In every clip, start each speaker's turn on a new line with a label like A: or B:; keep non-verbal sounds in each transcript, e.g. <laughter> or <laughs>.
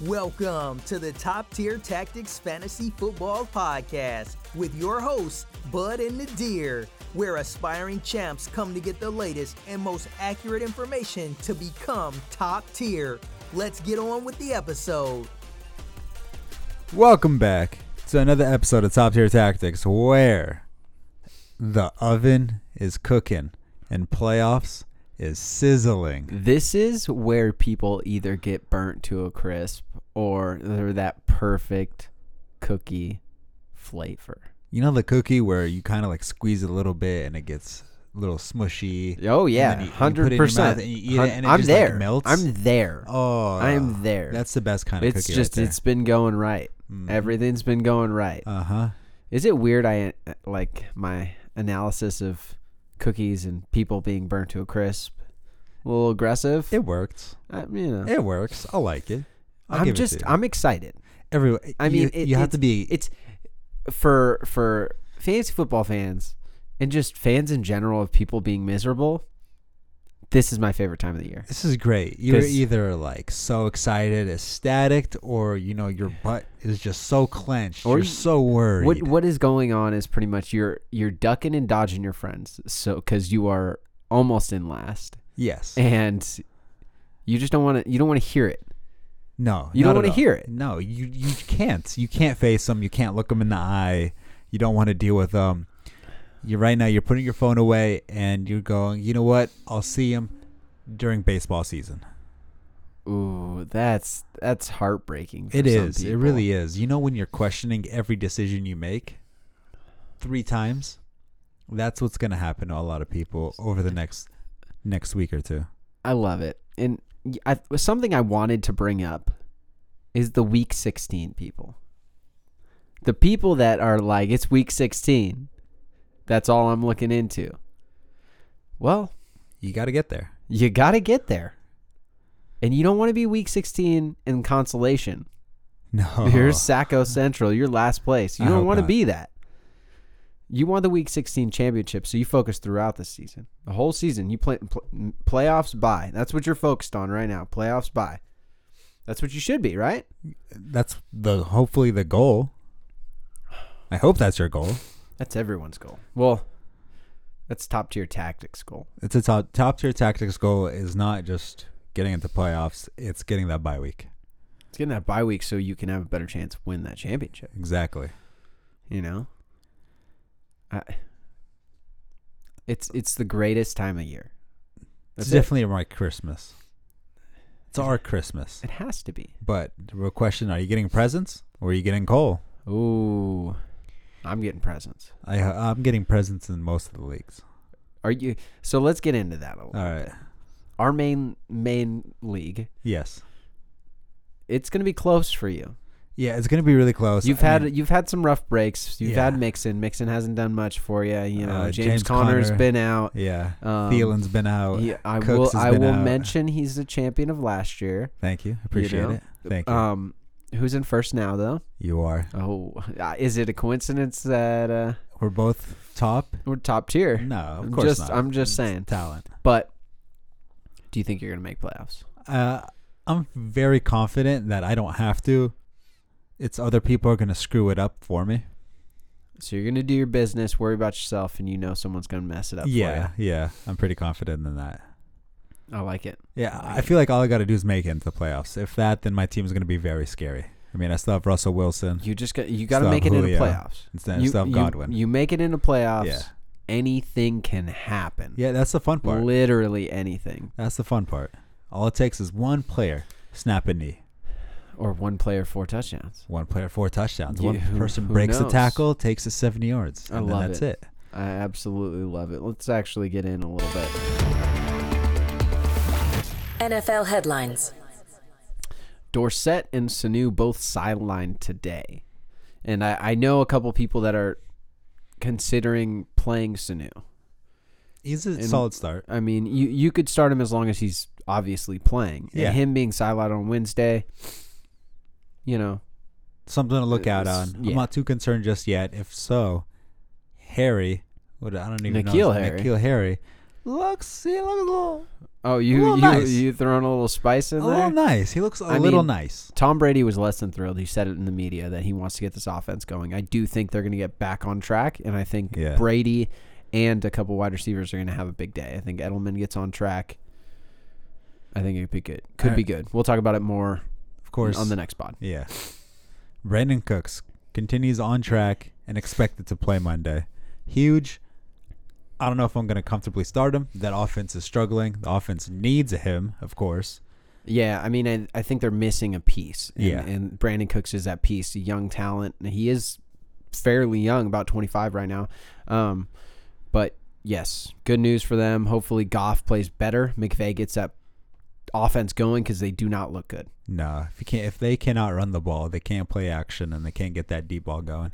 A: Welcome to the Top Tier Tactics Fantasy Football Podcast with your hosts, Bud and Nadir, where aspiring champs come to get the latest and most accurate information to become top tier. Let's get on with the episode.
B: Welcome back to another episode of Top Tier Tactics where the oven is cooking and playoffs is sizzling.
C: This is where people either get burnt to a crisp or they're that perfect cookie flavor.
B: You know the cookie where you kind of like squeeze it a little bit and it gets a little smushy.
C: Oh
B: then
C: yeah,
B: you- you put it in your
C: hundred
B: mouth
C: percent.
B: and you eat it and it
C: I'm
B: just, like,
C: there.
B: melts?
C: I'm there.
B: Oh,
C: I'm there.
B: That's the best kind of
C: it's
B: cookie. Mm-hmm.
C: just it's been going right. Everything's been going right.
B: uh huh.
C: Is it weird? I uh, like my analysis of cookies and people being burnt to a crisp. A little aggressive.
B: It works.
C: I, you know,
B: It works. I like it. I'll
C: I'm
B: give
C: just
B: It to you.
C: I'm excited.
B: Every,
C: I mean,
B: you,
C: it-
B: you have
C: it's-
B: to be.
C: It's for for fantasy football fans and just fans in general of people being miserable. This is my favorite time of the year.
B: This is great. You're
C: 'Cause-
B: either like so excited, ecstatic, or you know your butt is just so clenched.
C: Or
B: you're
C: you-
B: so worried.
C: What what is going on is pretty much you're you're ducking and dodging your friends, so because you are almost in last,
B: yes.
C: Eh, and you just don't want to you don't want to hear it.
B: No.
C: You don't
B: not at
C: wanna
B: all.
C: hear it.
B: No. You you can't. You can't face them. You can't look them in the eye. You don't want to deal with them. You right now. You're putting your phone away, and you're going. You know what? I'll see them during baseball season.
C: Ooh, that's that's heartbreaking. For
B: It
C: some
B: is. It
C: people.
B: really is. You know when you're questioning every decision you make three times, that's what's going to happen to a lot of people over the next next week or two.
C: I love it. And y- I, something I wanted to bring up is the week 16 people. The people that are like, it's week 16. That's all I'm looking into. Well,
B: You got to get there.
C: you got to get there. And you don't want to be week 16 in consolation.
B: <laughs> No.
C: You're Saco Central, you're last place. You
B: Uh-huh. I
C: don't
B: hope
C: want to
B: not.
C: be that. You want the week 16 championship, so you focus throughout the season. The whole season, you play pl- playoffs by. That's what you're focused on right now. Playoffs by. That's what you should be, right?
B: that's the hopefully the goal. I hope that's your goal.
C: That's everyone's goal. Well, that's top tier tactics goal.
B: It's a top, top tier tactics goal is not just getting into playoffs, it's getting that bye week.
C: It's getting that bye week so you can have a better chance to win that championship,
B: Exactly.
C: you know? I, it's it's the greatest time of year.
B: It's
C: That's it.
B: definitely my Christmas. It's our Christmas.
C: <laughs> It has to be.
B: But the real question, are you getting presents or are you getting coal?
C: Ooh, I'm getting presents.
B: I, I'm getting presents in most of the leagues.
C: Are you? So let's get into that a little.
B: All right.
C: Our main main league.
B: Yes.
C: It's gonna be close for you.
B: Yeah, it's gonna be really close.
C: You've
B: I
C: had
B: mean,
C: you've had some rough breaks. You've
B: Yeah.
C: had Mixon. Mixon hasn't done much for you. You know,
B: Uh,
C: James,
B: James
C: Connor's
B: Conner.
C: been out.
B: yeah.
C: Um,
B: Thielen's been out.
C: Yeah, I
B: Cooks
C: will.
B: has
C: I
B: been
C: will
B: out.
C: mention he's the champion of last year.
B: Thank you. Appreciate
C: know,
B: it. Thank you.
C: Um, who's in first now though?
B: you are.
C: Oh, uh, is it a coincidence that uh,
B: We're both top.
C: we're top tier?
B: No, of
C: I'm
B: course
C: just,
B: not.
C: I'm just
B: It's
C: saying.
B: talent.
C: But do you think you're gonna make playoffs?
B: Uh, I'm very confident that I don't have to. It's other people are gonna screw it up for me.
C: So you're gonna do your business, worry about yourself, and you know someone's gonna mess it up.
B: yeah,
C: for
B: yeah. I'm pretty confident in that.
C: you. I like it.
B: Yeah, I feel like all I got to do is make it into the playoffs. If that, then my team's gonna be very scary. I mean, I still have Russell Wilson.
C: You just got you got to
B: Still
C: make it into
B: Julio.
C: playoffs.
B: Instead of
C: you,
B: still
C: you-
B: Godwin.
C: You, make it into playoffs.
B: Yeah.
C: Anything can happen.
B: Yeah, that's the fun part.
C: Literally anything,
B: That's the fun part. All it takes is one player snap a knee,
C: or one player four touchdowns.
B: one player four touchdowns,
C: Yeah,
B: one
C: who-
B: person
C: who
B: breaks a
C: knows?
B: tackle, takes it seven yards,
C: I
B: and then
C: love
B: that's it.
C: it. I absolutely love it. Let's actually get in a little bit.
D: NFL headlines.
C: Dorset and Sanu both sidelined today, and I, I know a couple people that are considering playing Sanu.
B: He's a
C: And-
B: solid start.
C: I mean, you you could start him as long as he's obviously playing.
B: Yeah.
C: And him being sidelined on Wednesday, you know,
B: Something to look out on.
C: It's- yeah.
B: I'm not too concerned just yet. If so, Harry, what I don't even know.
C: Nikhil
B: his-
C: Harry.
B: Nikhil Harry looks he looks a little,
C: Oh, you
B: little
C: you
B: nice. Oh,
C: you throwing a little spice in
B: a
C: there?
B: little nice. He looks a
C: I
B: little
C: mean,
B: nice.
C: Tom Brady was less than thrilled. He said it in the media that he wants to get this offense going. I do think they're going to get back on track, and I think
B: Yeah.
C: Brady and a couple wide receivers are going to have a big day. I think Edelman gets on track. I think it could be good. Could
B: All
C: be
B: right.
C: good. We'll talk about it more
B: Of course.
C: on the next pod.
B: Yeah. Brandon Cooks continues on track and expected to play Monday. Huge. I don't know if I'm going to comfortably start him. That offense is struggling. The offense needs him, of course.
C: Yeah, I mean, I, I think they're missing a piece. And,
B: Yeah.
C: and Brandon Cooks is that piece, a young talent. And He is fairly young, about 25 right now. Um, but yes, good news for them. Hopefully, Goff plays better. McVay gets that offense going because they do not look good.
B: No, if you can't, if they cannot run the ball, they can't play action and they can't get that deep ball going.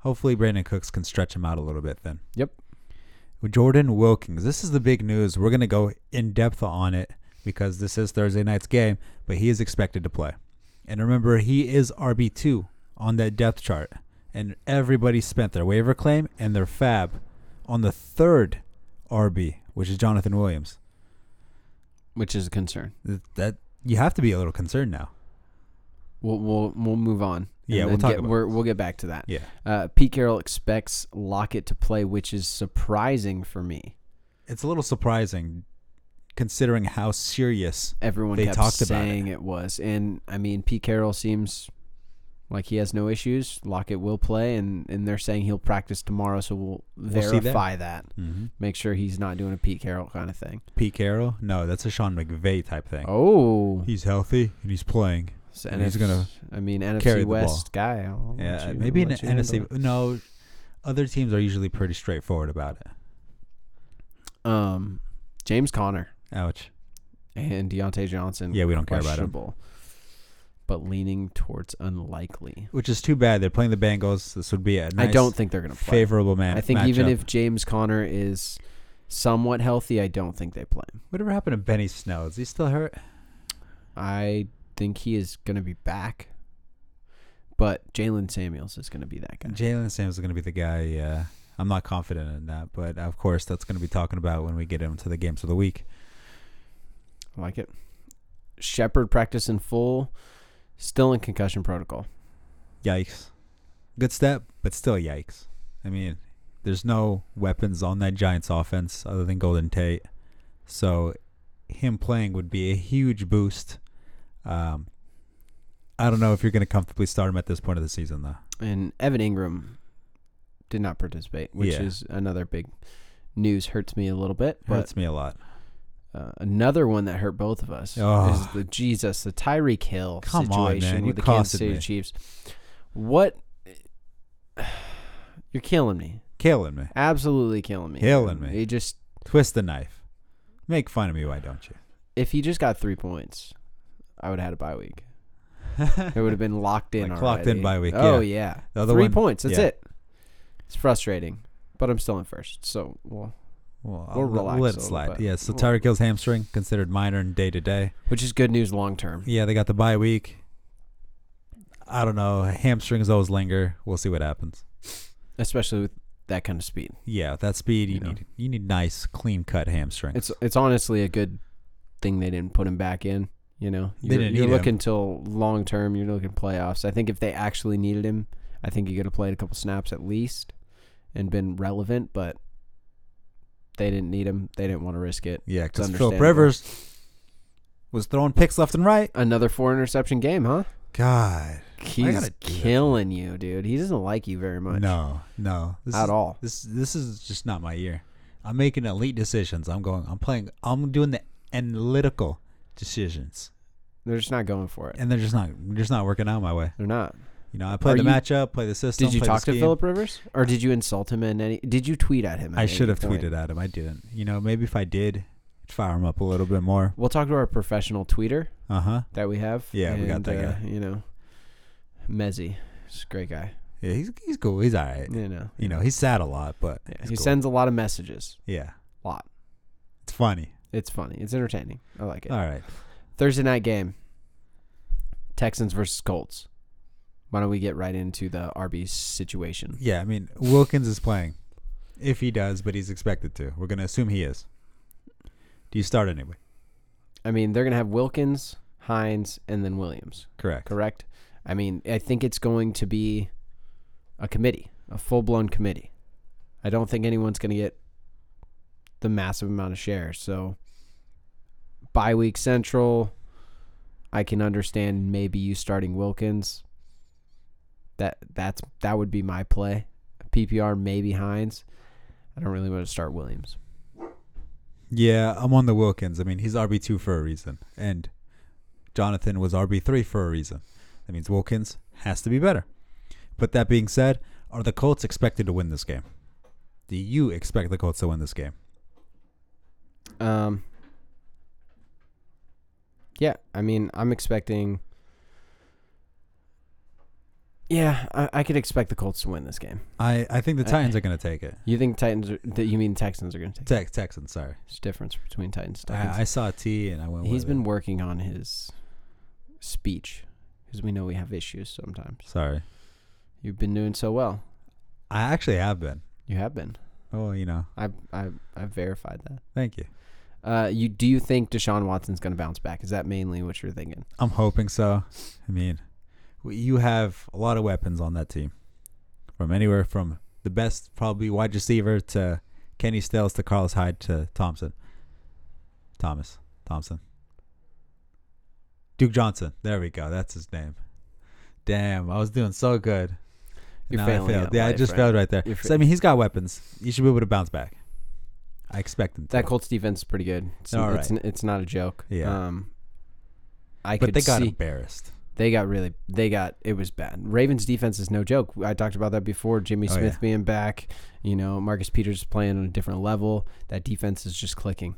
B: Hopefully, Brandon Cooks can stretch him out a little bit then.
C: Yep.
B: Jordan Wilkins. This is the big news. We're going to go in depth on it because this is Thursday night's game, but he is expected to play. And remember, he is RB2 on that depth chart. And everybody spent their waiver claim and their fab on the third RB, which is Jonathan Williams.
C: Which is a concern.
B: Th- That you have to be a little concerned now.
C: We'll we'll, we'll move on.
B: Yeah,
C: And
B: we'll
C: then
B: talk
C: get-
B: about
C: we're, we'll get back to that.
B: Yeah.
C: Uh, Pete Carroll expects Lockett to play, which is surprising for me.
B: It's a little surprising considering how serious
C: everyone
B: They
C: kept
B: talked about it.
C: saying it. was. And I mean, Pete Carroll seems like he has no issues. Lockett will play, and, and they're saying he'll practice tomorrow, so we'll,
B: see that.
C: verify that.
B: Mhm.
C: Make sure he's not doing a Pete Carroll kind of thing.
B: Pete Carroll. No, that's a Sean McVay type thing.
C: Oh,
B: He's healthy and he's playing.
C: So
B: and he's
C: NF
B: gonna
C: I mean, NFC
B: carry the ball.
C: West guy. I'll let
B: Yeah,
C: you-
B: maybe
C: I'll
B: an
C: let you handle
B: NFC. No, other teams are usually pretty straightforward about it.
C: it. Um, James Conner
B: Ouch.
C: and Deontay Johnson.
B: Yeah, we don't care about 'em.
C: Mm, questionable, But leaning towards unlikely.
B: Which is too bad. They're playing the Bengals. This would be a nice,
C: I don't think they're going to play.
B: favorable man.
C: I think even
B: matchup.
C: if James Conner is somewhat healthy, I don't think they play him.
B: whatever happened to Benny Snell? Is he still hurt?
C: I think he is going to be back, but Jalen Samuels is going to be that guy.
B: Jalen Sams is going to be the guy. Yeah, I'm not confident in that, but of course that's going to be talking about when we get into the games of the week.
C: I like it. Shepard practice in full, still in concussion protocol.
B: Yikes. Good step, but still yikes. I mean, there's no weapons on that Giants offense other than Golden Tate. So him playing would be a huge boost. Um, I don't know if you're going to comfortably start him at this point of the season, though.
C: And Evan Ingram did not participate, which
B: Yeah.
C: is another big news. Hurts me a little bit, but
B: Hurts me a lot.
C: uh, another one that hurt both of us
B: Oh.
C: is the Jesus, the Tyreek Hill
B: Come on,
C: situation
B: man. You
C: with the Kansas
B: costed
C: City
B: me.
C: Chiefs. What? <sighs> You're killing me.
B: Killing me.
C: Absolutely killing me.
B: Killing me.
C: He just
B: Twist the knife. Make fun of me, why don't you?
C: if he just got three points, I would have had a bye week.
B: <laughs>
C: It would have been locked in.
B: Like locked in
C: already.
B: bye week,
C: Oh
B: yeah.
C: yeah,
B: The other
C: three
B: one-
C: points. That's
B: yeah.
C: it. It's frustrating, but I'm still in first, so well,
B: Well,
C: We'll
B: I'll
C: relax a
B: let it
C: little
B: slide.
C: bit.
B: Yeah, so
C: We'll-
B: Tyreek Hill's hamstring considered minor and day to day.
C: which is good news long term.
B: Yeah, they got the bye week. I don't know. Hamstrings always linger. We'll see what happens.
C: especially with that kind of speed.
B: Yeah, with that speed you
C: You know.
B: need you need nice, clean cut hamstrings.
C: It's it's honestly a good thing they didn't put him back in. You know,
B: They
C: you're,
B: didn't
C: you're
B: need him.
C: looking till long term. You're looking playoffs. I think if they actually needed him, I think he could have played a couple snaps at least and been relevant. But they didn't need him. They didn't want to risk it.
B: yeah, because
C: it's
B: Philip
C: understandable.
B: Rivers was throwing picks left and right.
C: Another four interception game, huh?
B: God,
C: He's
B: gotta do that to
C: killing you, dude. He doesn't like you very much.
B: no, no, this
C: at
B: is,
C: all.
B: This this is just not my year. I'm making elite decisions. I'm going. I'm playing. I'm doing the analytical decisions,
C: They're just not going for it.
B: and they're just not they're just not working out my way.
C: They're not.
B: You know, I play
C: Are
B: the
C: you-
B: matchup, play the system.
C: Did you
B: play the
C: talk to
B: scheme.
C: Philip Rivers, or did you insult him in any? Did you tweet at him? at
B: I
C: any
B: should have
C: point?
B: tweeted at him. I didn't. You know, maybe if I did, it'd fire him up a little bit more.
C: We'll talk to our professional tweeter.
B: Uh huh.
C: that we have. uh,
B: Yeah, we got that guy.
C: You know, Mezzi, he's a great guy.
B: Yeah, he's he's cool. He's all right.
C: You know,
B: Eh, You know, he's sad a lot, but
C: yeah,
B: he's
C: he
B: cool.
C: sends a lot of messages.
B: Yeah,
C: A lot.
B: it's funny.
C: It's funny. It's entertaining. I like it.
B: All right,
C: Thursday night game. Texans versus Colts. Why don't we get right into the RB situation?
B: yeah. I mean, Wilkins is playing, if he does, but he's expected to. We're gonna assume he is. Do you start anyway?
C: I mean, they're going to have Wilkins, Hines, and then Williams.
B: Correct.
C: Correct. I mean, I think it's going to be a committee, a full blown committee. I don't think anyone's going to get the massive amount of shares. So, bye week central, I can understand maybe you starting Wilkins. That that's that would be my play. PPR maybe Hines. I don't really want to start Williams.
B: Yeah, I'm on the Wilkins. I mean, he's RB two for a reason, and Jonathan was RB three for a reason. That means Wilkins has to be better. But that being said, are the Colts expected to win this game? Do you expect the Colts to win this game?
C: Um. Yeah, I mean, I'm expecting. Yeah, I, I could expect the Colts to win this game.
B: I, I think the
C: I-
B: Titans are going to take it.
C: You think Titans? Are, that you mean Texans are going to take? it?
B: Tex Texans, sorry.
C: There's a difference between Titans. and Titans.
B: I, I saw T and I went.
C: He's
B: with
C: been
B: It.
C: working on his speech because we know we have issues sometimes.
B: Sorry,
C: You've been doing so well.
B: I actually have been.
C: You have been.
B: Oh, you know,
C: I I I verified that.
B: thank you.
C: Uh, you do you think Deshaun Watson's going to bounce back? Is that mainly what you're thinking?
B: I'm hoping so. I mean, w- you have a lot of weapons on that team, from anywhere from the best probably wide receiver to Kenny Stills to Carlos Hyde to Thompson, Thomas Thompson, Duke Johnson. There we go. That's his name. Damn, I was doing so good.
C: You're
B: Now
C: failing
B: I failed.
C: at
B: Yeah, I
C: life,
B: just
C: right?
B: failed right there.
C: You're fa-
B: so I mean, he's got weapons. You should be able to bounce back. I expect him to.
C: That Colts defense is pretty good. It's,
B: All
C: it's, it's not a joke.
B: Yeah.
C: Um, I
B: but
C: could
B: they got
C: see
B: embarrassed.
C: they got really they got it was bad. Ravens defense is no joke. I talked about that before. Jimmy
B: Oh,
C: Smith
B: yeah.
C: being back, you know, Marcus Peters playing on a different level. That defense is just clicking.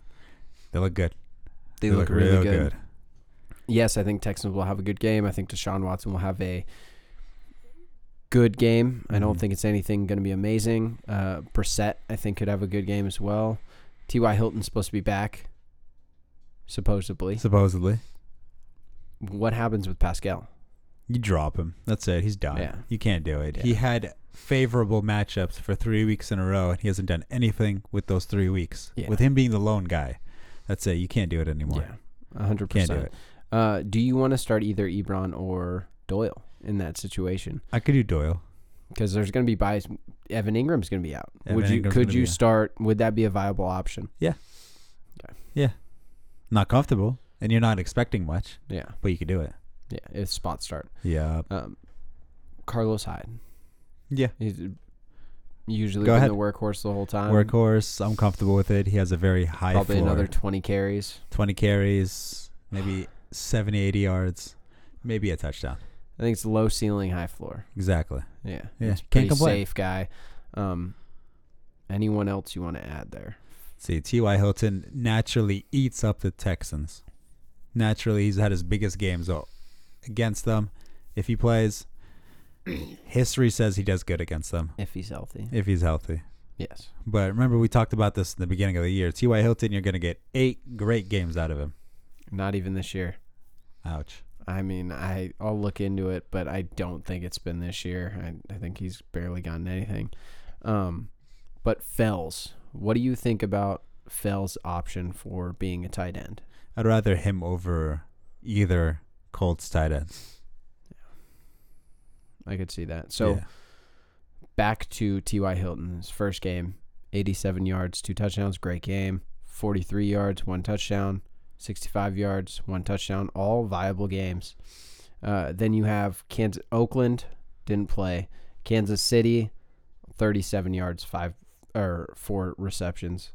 B: They look good.
C: They, look, really good. Yes, I think Texans will have a good game. I think Deshaun Watson will have a good game. I don't
B: Mhm.
C: think it's anything going to be amazing. Uh, Brissett, I think, could have a good game as well. T.Y. Hilton's supposed to be back, supposedly.
B: Supposedly.
C: what happens with Pascal?
B: You drop him. That's it. He's done.
C: Yeah.
B: You can't do it.
C: Yeah.
B: He had favorable matchups for three weeks in a row, and he hasn't done anything with those three weeks.
C: Yeah.
B: With him being the lone guy, that's it. You can't do it anymore.
C: Yeah, hundred
B: Can't do it.
C: percent. Uh, do you want to start either Ebron or Doyle in that situation?
B: I could do Doyle.
C: Because there's going to be bias. Evan Ingram's going to be out.
B: Evan
C: would you?
B: Ingram's
C: could
B: gonna be
C: you
B: out.
C: start? Would that be a viable option?
B: Not comfortable, and you're not expecting much,
C: Yeah,
B: but you could do it.
C: yeah. It's spot start.
B: Yeah.
C: Um, Carlos Hyde.
B: Yeah.
C: He's usually
B: Go
C: been
B: ahead.
C: the workhorse the whole time.
B: Um, Workhorse. I'm comfortable with it. He has a very high
C: Probably
B: floor.
C: another twenty carries.
B: 20 carries, maybe 70, 80 yards, maybe a touchdown.
C: I think it's low ceiling, high floor.
B: Exactly.
C: Yeah,
B: Yeah,
C: He's a
B: can't
C: pretty
B: complain.
C: safe guy. Um, anyone else you want to add there?
B: See, T.Y. Hilton naturally eats up the Texans. Naturally, he's had his biggest games o- against them. If he plays, history says he does good against them
C: If he's healthy.
B: if he's healthy.
C: Yes.
B: But remember, we talked about this in the beginning of the year. T.Y. Hilton, you're going to get eight great games out of him.
C: Not even this year.
B: Ouch.
C: I mean, I I'll look into it, but I don't think it's been this year. I, I think he's barely gotten anything. Um, but Fells, what do you think about Fells' option for being a tight end?
B: I'd rather him over either Colts tight ends.
C: I could see that. So
B: Yeah.
C: back to T.Y. Hilton's first game, 87 yards, two touchdowns, great game. 43 yards, one touchdown. 65 yards, one touchdown, all viable games. Uh, then you have Kansas, Oakland didn't play. Kansas City, 37 yards, five or four receptions.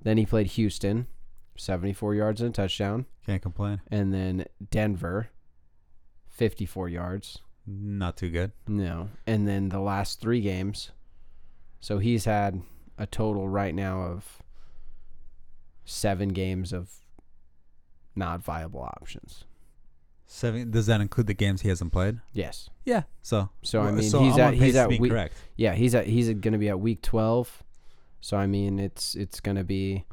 C: Then he played Houston, 74 yards and a touchdown,
B: can't complain.
C: and then Denver, 54 yards.
B: Not too good.
C: No. And then the last three games. So he's had a total right now of seven games of not viable options.
B: Seven. Does that include the games he hasn't played?
C: Yes.
B: Yeah. So.
C: So I
B: Well,
C: mean he's
B: I'm on
C: at he's
B: pace to
C: at
B: be
C: week
B: correct.
C: yeah he's at he's going to be at week twelve. So I mean it's it's going to be.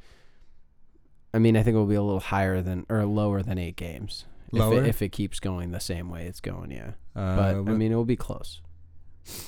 C: I mean I think it'll be a little higher than or lower than eight games.
B: Lower?
C: If it, if it keeps going the same way it's going, yeah.
B: Uh,
C: But I
B: what-
C: mean it'll be close.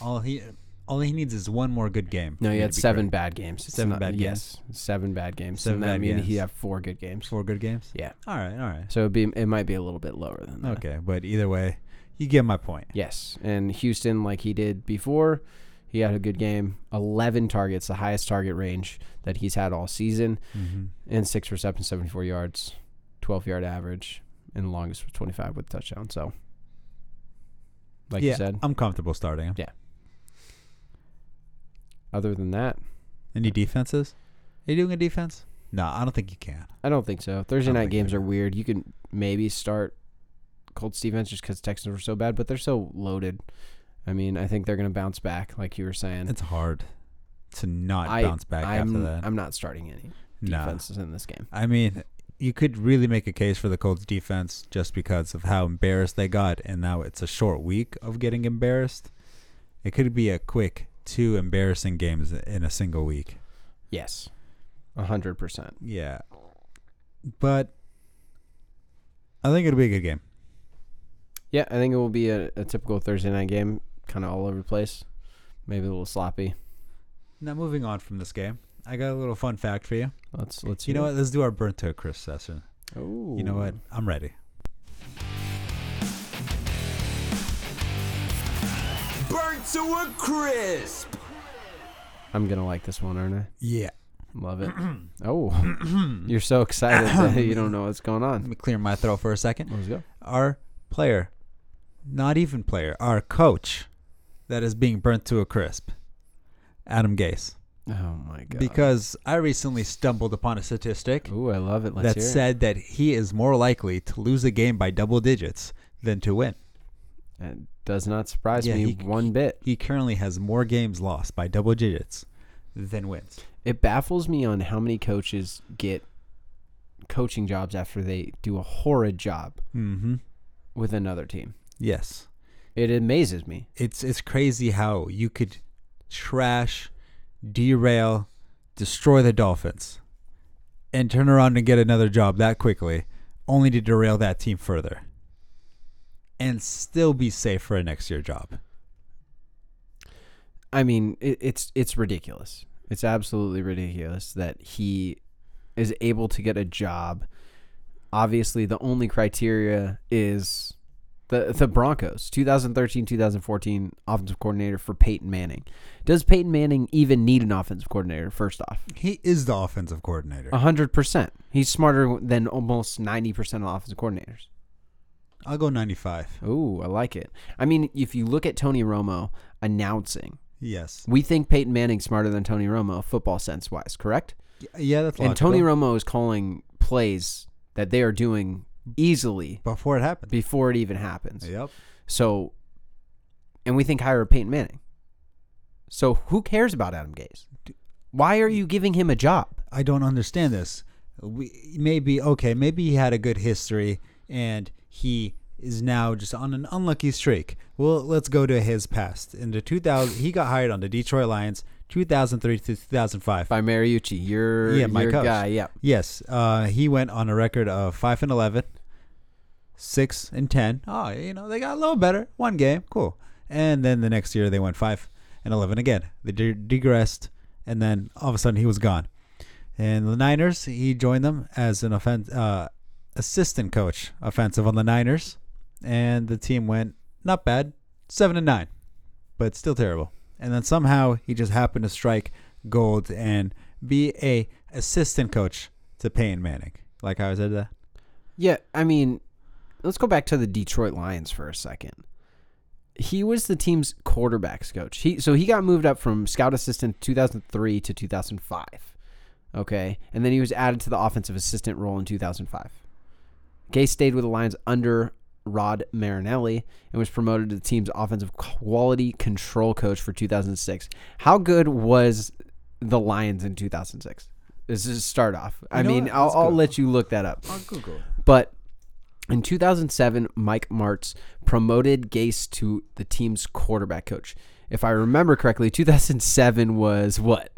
B: all he all he needs is one more good game.
C: No,
B: for
C: he
B: me
C: had
B: to be
C: seven
B: great.
C: bad games. It's
B: Seven bad
C: yes, seven bad games.
B: Seven
C: Seven and that
B: bad
C: mean
B: games.
C: he had four good games.
B: Four good games.
C: Yeah.
B: All right. All right.
C: So it'd be it might be a little bit lower than that.
B: Okay, but either way, you get my point.
C: Yes, and Houston, like he did before, he had a good game. Eleven targets, the highest target range that he's had all season,
B: Mm-hmm.
C: and six receptions, seventy-four yards, twelve-yard average, and the longest was twenty-five with a touchdown. So, like
B: yeah, um,
C: you said,
B: I'm comfortable starting him.
C: Yeah. other than that,
B: Any defenses? Are you doing a defense? No, I don't think you can.
C: I don't think so. Thursday
B: don't
C: night
B: think
C: games
B: so.
C: are weird. You can maybe start Colts defense just because Texans were so bad, but they're so loaded. I mean, I think they're going to bounce back, like you were saying.
B: It's hard to not
C: I-
B: bounce back
C: I'm,
B: after that.
C: I'm not starting any
B: Nah.
C: defenses in this game.
B: I mean, you could really make a case for the Colts defense just because of how embarrassed they got, and now it's a short week of getting embarrassed. It could be a quick two embarrassing games in a single week.
C: Yes, hundred percent.
B: Yeah. But I think it'll be a good game.
C: Yeah, I think it will be a, a typical Thursday night game, kind of all over the place, maybe a little sloppy.
B: Now, moving on from this game, I got a little fun fact for you.
C: Let's let's.
B: You know what? Let's do our burnt to a crisp session.
C: Oh,
B: You know what? I'm ready.
A: Burnt to a crisp.
C: I'm gonna like this one, aren't I?
B: Yeah.
C: Love it. oh, you're so excited that you don't know what's going
B: Let <laughs>
C: on.
B: me clear my throat for a second.
C: Let's go.
B: Our player, not even player, our coach that is being burnt to a crisp, Adam Gase.
C: Oh my god.
B: Because I recently stumbled upon a statistic
C: Ooh, I love it. Let's
B: that
C: hear it.
B: said that he is more likely to lose a game by double digits than to win.
C: That does not surprise
B: Yeah,
C: me
B: he-
C: one bit.
B: He currently has more games lost by double digits than wins.
C: It baffles me on how many coaches get coaching jobs after they do a horrid job
B: Mm-hmm.
C: with another team.
B: Yes.
C: It amazes me.
B: it's it's crazy how you could trash, derail, destroy the Dolphins, and turn around and get another job that quickly, only to derail that team further, and still be safe for a next year job.
C: I mean, it, it's it's ridiculous. It's absolutely ridiculous that he is able to get a job. Obviously, the only criteria is the the Broncos, 2013-2014 offensive coordinator for Peyton Manning. Does Peyton Manning even need an offensive coordinator? First off,
B: He is the offensive coordinator.
C: hundred percent. He's smarter than almost ninety percent of offensive coordinators.
B: I'll go ninety-five.
C: Ooh, I like it. I mean, if you look at Tony Romo announcing
B: Yes.
C: We think Peyton Manning's smarter than Tony Romo, football sense wise, correct?
B: Yeah, that's
C: And Tony
B: logical.
C: Romo is calling plays that they are doing easily
B: before it happened.
C: before it even happens.
B: Yep.
C: So, and we think higher of Peyton Manning. So who cares about Adam Gase? Why are you giving him a job?
B: I don't understand this. We maybe okay, maybe he had a good history and he is now just on an unlucky streak. Well, let's go to his past. In the 2000, he got hired on the Detroit Lions 2003 to 2005.
C: By Mariucci, you're
B: Yeah,
C: yeah,
B: my
C: your
B: coach.
C: guy. Yeah,
B: Yes, uh, he went on a record of 5 and 11, 6 and 10. Oh, you know, they got a little better. One game, cool. And then the next year they went 5 and 11 again. They de- degressed and then all of a sudden he was gone. And the Niners, he joined them as an offen- uh, assistant coach offensive on the Niners and the team went not bad, 7 and 9, but still terrible. And then somehow he just happened to strike gold and be a assistant coach to Peyton Manning. Like how I said that.
C: yeah. I mean, let's go back to the Detroit Lions for a second. He was the team's quarterbacks coach. He so he got moved up from scout assistant 2003 to 2005. Okay, and then he was added to the offensive assistant role in 2005. Gay stayed with the Lions under Rod Marinelli and was promoted to the team's offensive quality control coach for 2006. How good was the Lions in 2006? This is a start off. I
B: know
C: mean,
B: what?
C: I'll,
B: Let's
C: I'll
B: go.
C: let you look that up.
B: Google.
C: But in 2007, Mike Martz promoted Gase to the team's quarterback coach. If I remember correctly, 2007 was what?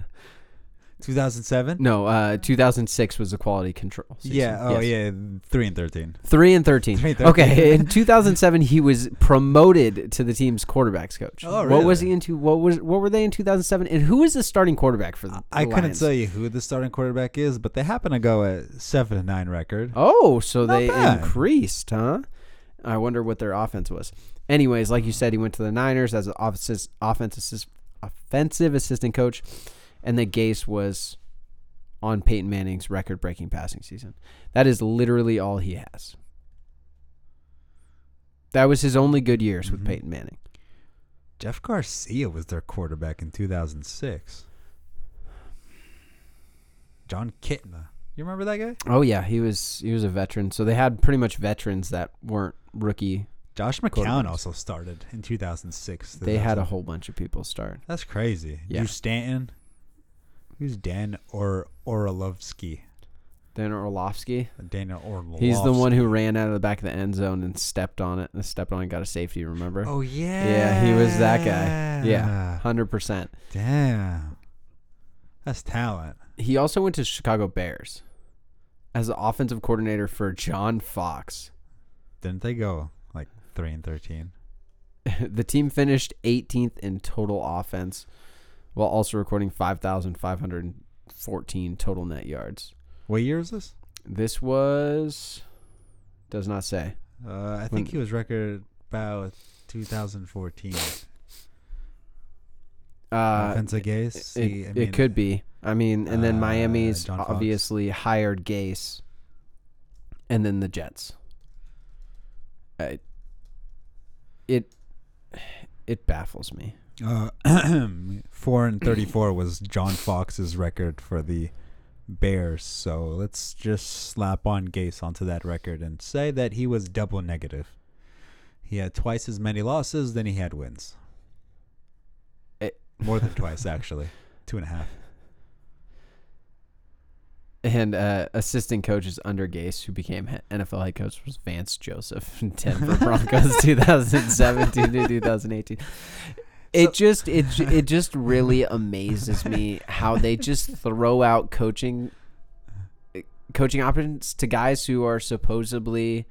B: 2007.
C: No, uh, 2006 was the quality control. season.
B: Yeah. Oh
C: Yes.
B: yeah. Three and thirteen.
C: Three and 13.
B: Three and
C: Okay,
B: 13.
C: in 2007 he was promoted to the team's quarterbacks coach.
B: Oh,
C: What was
B: really?
C: he into? What was what were they in 2007? And who was the starting quarterback for the
B: I
C: the
B: couldn't
C: Lions?
B: tell you who the starting quarterback is, but they happen to go at seven and nine record.
C: Oh, so
B: Not
C: they
B: bad.
C: increased, huh? I wonder what their offense was. Anyways, like you said, he went to the Niners as an offensive offensive assist, offensive assistant coach, and the Gase was on Peyton Manning's record-breaking passing season. That is literally all he has. That was his only good years
B: Mm-hmm.
C: with Peyton Manning.
B: Jeff Garcia was their quarterback in 2006. John Kitna. You remember that guy?
C: Oh yeah, he was he was a veteran. So they had pretty much veterans that weren't rookie.
B: Josh McCown
C: Quarterbacks.
B: also started in 2006.
C: They had a
B: 2000.
C: whole bunch of people start.
B: That's crazy.
C: Yeah.
B: Drew Stanton. Who's Dan or Orlovsky?
C: Then Orlovsky,
B: Daniel Orlovsky.
C: He's the one who ran out of the back of the end zone and stepped on it. And stepped on it and got a safety, remember?
B: Oh yeah.
C: yeah, he was that guy. Yeah, 100%.
B: Damn. That's talent.
C: He also went to Chicago Bears as the offensive coordinator for John Fox. <laughs>
B: Didn't they go like three and thirteen?
C: the team finished 18th in total offense while also recording 5,514 total net yards.
B: What year was this?
C: This was. Does not say.
B: Uh, I
C: When-
B: think he was record about 2014.
C: Uh,
B: Offensive gaze.
C: It,
B: See, I
C: it
B: mean,
C: could be. I mean, and then
B: uh,
C: Miami's
B: John Fox.
C: obviously hired Gase, and then the Jets. I, it it baffles me.
B: Uh, four and 34 was John Fox's record for the Bears. So let's just slap on Gase onto that record and say that he was double negative. He had twice as many losses than he had wins.
C: It-
B: More than twice, actually. Two and a half.
C: And uh, assistant coaches under Gase, who became he- NFL head coach, was Vance Joseph, Denver Broncos, 2017 to 2018. It just it ju- it just really amazes me how they just throw out coaching eh, coaching options to guys who are supposedly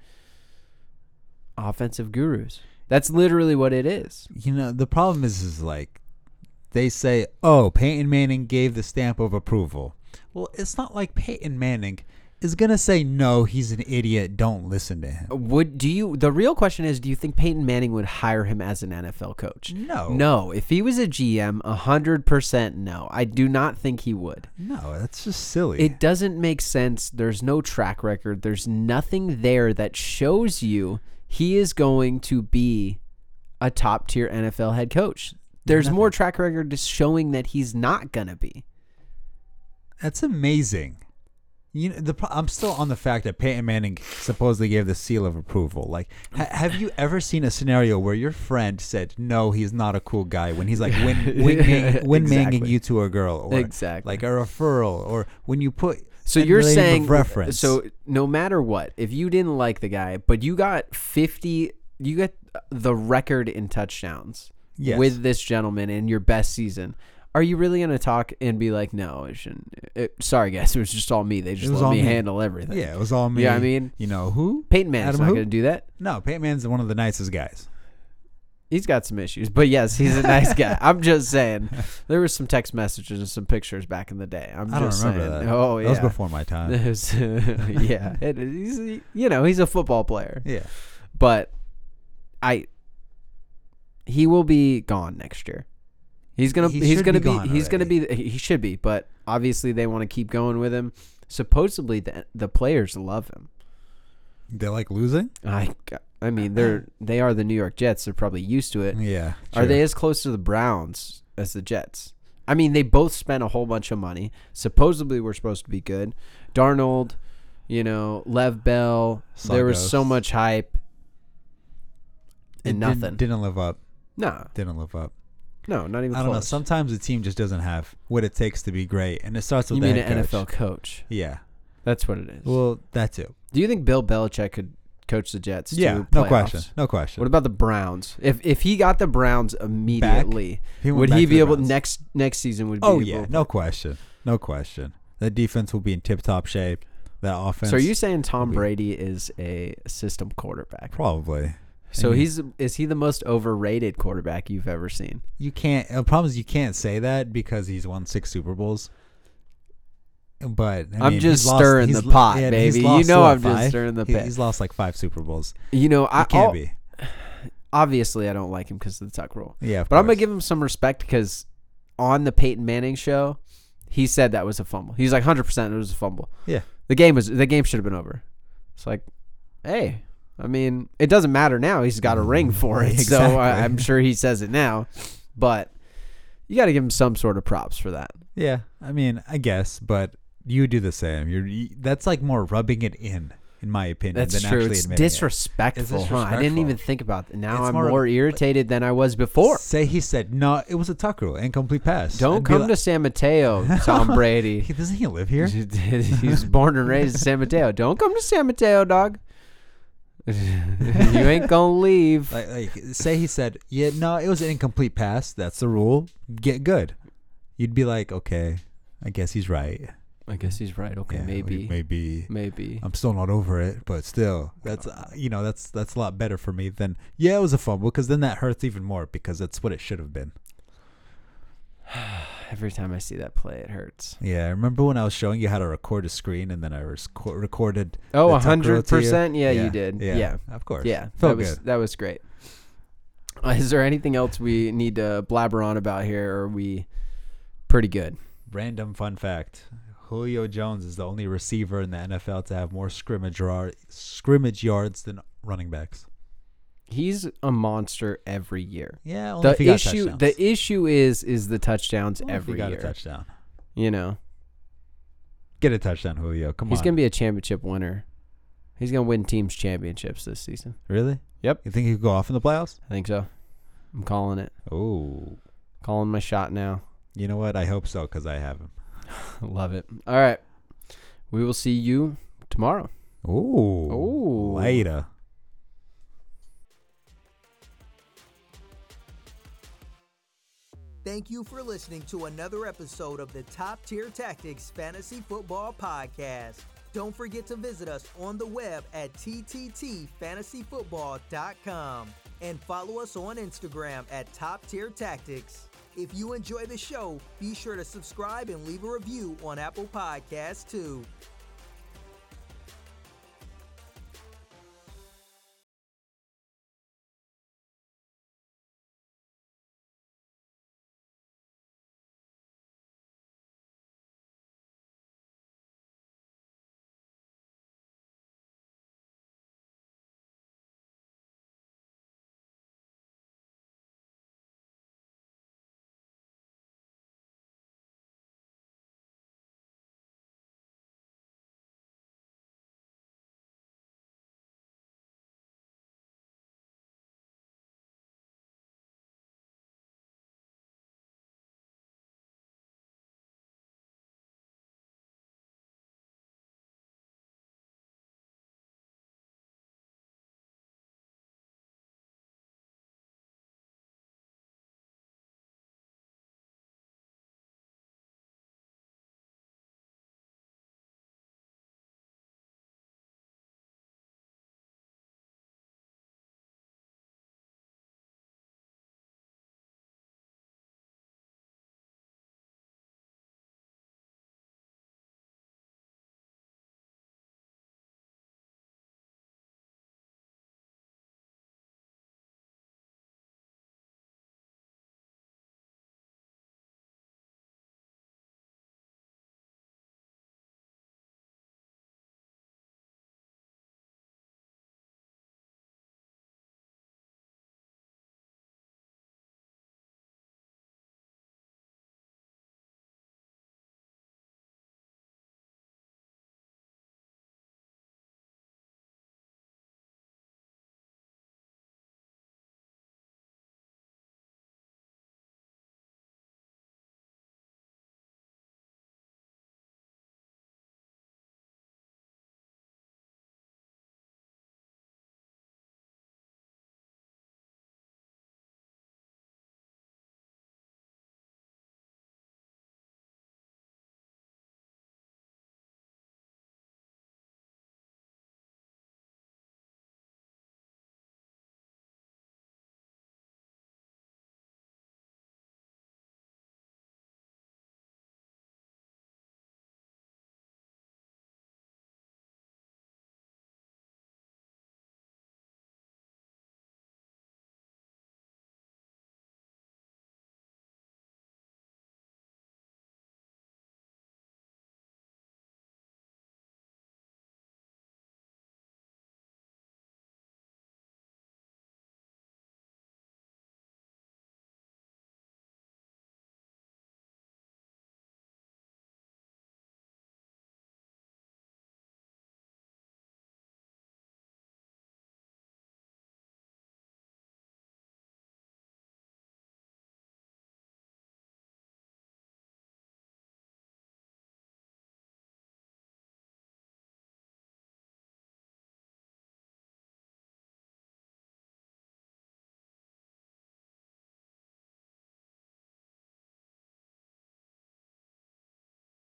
C: offensive gurus. That's literally what it is.
B: You know, the problem is, is like they say, "Oh, Peyton Manning gave the stamp of approval." Well, it's not like Peyton Manning is gonna say no. He's an idiot. Don't listen to him.
C: Would do you? The real question is, do you think Peyton Manning would hire him as an NFL coach?
B: No.
C: no. If he was a GM, hundred percent no. I do not think he would.
B: No, that's just silly.
C: It doesn't make sense. There's no track record. There's nothing there that shows you he is going to be a top tier NFL head coach. There's more track record just showing that he's not gonna be.
B: that's amazing. You know, the pro- I'm still on the fact that Peyton Manning supposedly gave the seal of approval. Like, ha- have you ever seen a scenario where your friend said, "No, he's not a cool guy," when he's like
C: <laughs>
B: win win
C: Yeah,
B: win manging
C: exactly.
B: you to a girl, or
C: Exactly.
B: like a referral, or when you put
C: So
B: that
C: you're
B: relative of
C: saying
B: reference.
C: So no matter what, if you didn't like the guy, but you got fifty, you got the record in touchdowns
B: Yes.
C: with this gentleman in your best season. Are you really gonna talk and be like, no, it shouldn't? It, sorry, guys, <laughs> it was just all me. They just
B: was
C: let
B: all
C: me
B: me."
C: handle everything.
B: yeah, it was all me.
C: Yeah, I mean-
B: you know who?
C: Peyton Manning's
B: Adam
C: not
B: who?
C: gonna do that.
B: No, Peyton Manning's one of the nicest guys.
C: He's got some issues, but yes, he's a nice
B: <laughs>
C: guy. I'm just saying, there was some text messages and some pictures back in the day. I'm
B: I don't
C: just
B: remember
C: saying.
B: that.
C: Oh yeah,
B: that was before my time.
C: <laughs> yeah, it, he's you know he's a football player.
B: yeah,
C: but I he will be gone next year. He's gonna
B: He
C: he's
B: should
C: gonna
B: be
C: be,
B: gone
C: he's gonna be he should be, but obviously they want to keep going with him. Supposedly the the players love him.
B: they like losing.
C: I I mean they're they are the New York Jets. They're probably used to it.
B: Yeah,
C: Are
B: true.
C: they as close to the Browns as the Jets? I mean, they both spent a whole bunch of money. Supposedly, we're supposed to be good. Darnold, you know, Lev Bell. there was so
B: Suggs.
C: much hype
B: It
C: and
B: didn't-
C: nothing.
B: didn't live up.
C: no,
B: Didn't live up.
C: no, not even.
B: I don't know.
C: close.
B: Sometimes a team just doesn't have what it takes to be great, and it starts with
C: you
B: the
C: mean
B: head
C: an
B: coach.
C: NFL coach?
B: Yeah.
C: That's what it is.
B: Well, that too.
C: Do you think Bill Belichick could coach the Jets?
B: Yeah.
C: to
B: No
C: playoffs?
B: question. No question.
C: What about the Browns? If if he got the Browns immediately,
B: He went
C: would
B: back
C: he
B: to
C: be
B: the
C: able
B: Browns.
C: next next season? Would be
B: oh
C: able-
B: yeah. No question. No question. That defense will be in tip top shape. That offense.
C: So are you saying Tom
B: we-
C: Brady is a system quarterback?
B: probably.
C: So
B: mean-
C: he's is he the most overrated quarterback you've ever seen?
B: You can't. The problem is you can't say that because he's won six Super Bowls. But I
C: I'm
B: mean,
C: just
B: he's lost-
C: stirring
B: he's
C: the
B: lo-
C: pot,
B: and he's
C: baby. You
B: lost,
C: know
B: what,
C: I'm just
B: five?
C: stirring the
B: He-
C: pot.
B: He's lost like five Super Bowls.
C: You know, I
B: It can't
C: I'll-
B: be.
C: obviously I don't like him because of the tuck rule.
B: Yeah, of
C: but I'm gonna
B: course.
C: give him some respect because on the Peyton Manning show, he said that was a fumble. He's like 100 percent it was a fumble.
B: Yeah.
C: The game was the game should have been over. It's like, hey, I mean, it doesn't matter now. He's got a <laughs> ring for it, so I,
B: Exactly.
C: I'm sure he says it now. But you got to give him some sort of props for that.
B: Yeah, I mean, I guess, but you do the same. You're you, that's like more rubbing it in, in my opinion,
C: That's
B: than
C: true.
B: actually
C: It's
B: admitting it.
C: disrespectful,
B: It's
C: huh? I didn't
B: disrespectful.
C: even think about that. Now
B: It's
C: I'm more,
B: more-
C: irritated than I was before.
B: Say he said no. It was a tuck rule, incomplete pass.
C: Don't
B: I'd be
C: come
B: like-
C: to San Mateo,
B: <laughs>
C: Tom Brady.
B: He doesn't he live
C: <laughs>
B: here?
C: He's born and raised in San Mateo. Don't come to San Mateo, dog. you ain't gonna leave.
B: Like, like, say he said, yeah, no, it was an incomplete pass. That's the rule. Get good. You'd be like, okay, I guess he's right.
C: I guess he's right. Okay,
B: Yeah,
C: maybe, maybe,
B: maybe. Um, I'm still not over it, but still, that's uh, you know, that's that's a lot better for me than yeah, it was a fumble because then that hurts even more because that's what it should have been.
C: Every time I see that play, it hurts.
B: Yeah, I remember when I was showing you how to record a screen, and then I res- co- recorded.
C: Oh,
B: the tuck rule to you?
C: 100%? Yeah, you did. Yeah.
B: of course.
C: Yeah, that
B: felt
C: was
B: good.
C: that was great. Uh, is there anything else we need to blabber on about here? Or are we pretty good?
B: Random fun fact: Julio Jones is the only receiver in the NFL to have more scrimmage yard, scrimmage yards than running backs.
C: He's a monster every year.
B: Yeah, only if he
C: The
B: got
C: issue,
B: touchdowns.
C: the issue is, is the touchdowns
B: Only if he
C: every
B: got
C: year.
B: a touchdown.
C: You know,
B: Get a touchdown, Julio. Come
C: He's
B: on.
C: gonna be a championship winner. He's gonna win teams championships this season.
B: really.
C: Yep.
B: You think he could go off in the playoffs?
C: I think so. I'm calling it.
B: Oh,
C: Calling my shot now. <laughs>
B: you know what? I hope so because I have him. <laughs>
C: Love it. All right. We will see you tomorrow.
B: Ooh.
C: Ooh.
B: Later.
A: Thank you for listening to another episode of the Top Tier Tactics Fantasy Football Podcast. Don't forget to visit us on the web at tttfantasyfootball.com and follow us on Instagram at Top Tier Tactics. If you enjoy the show, be sure to subscribe and leave a review on Apple Podcasts too.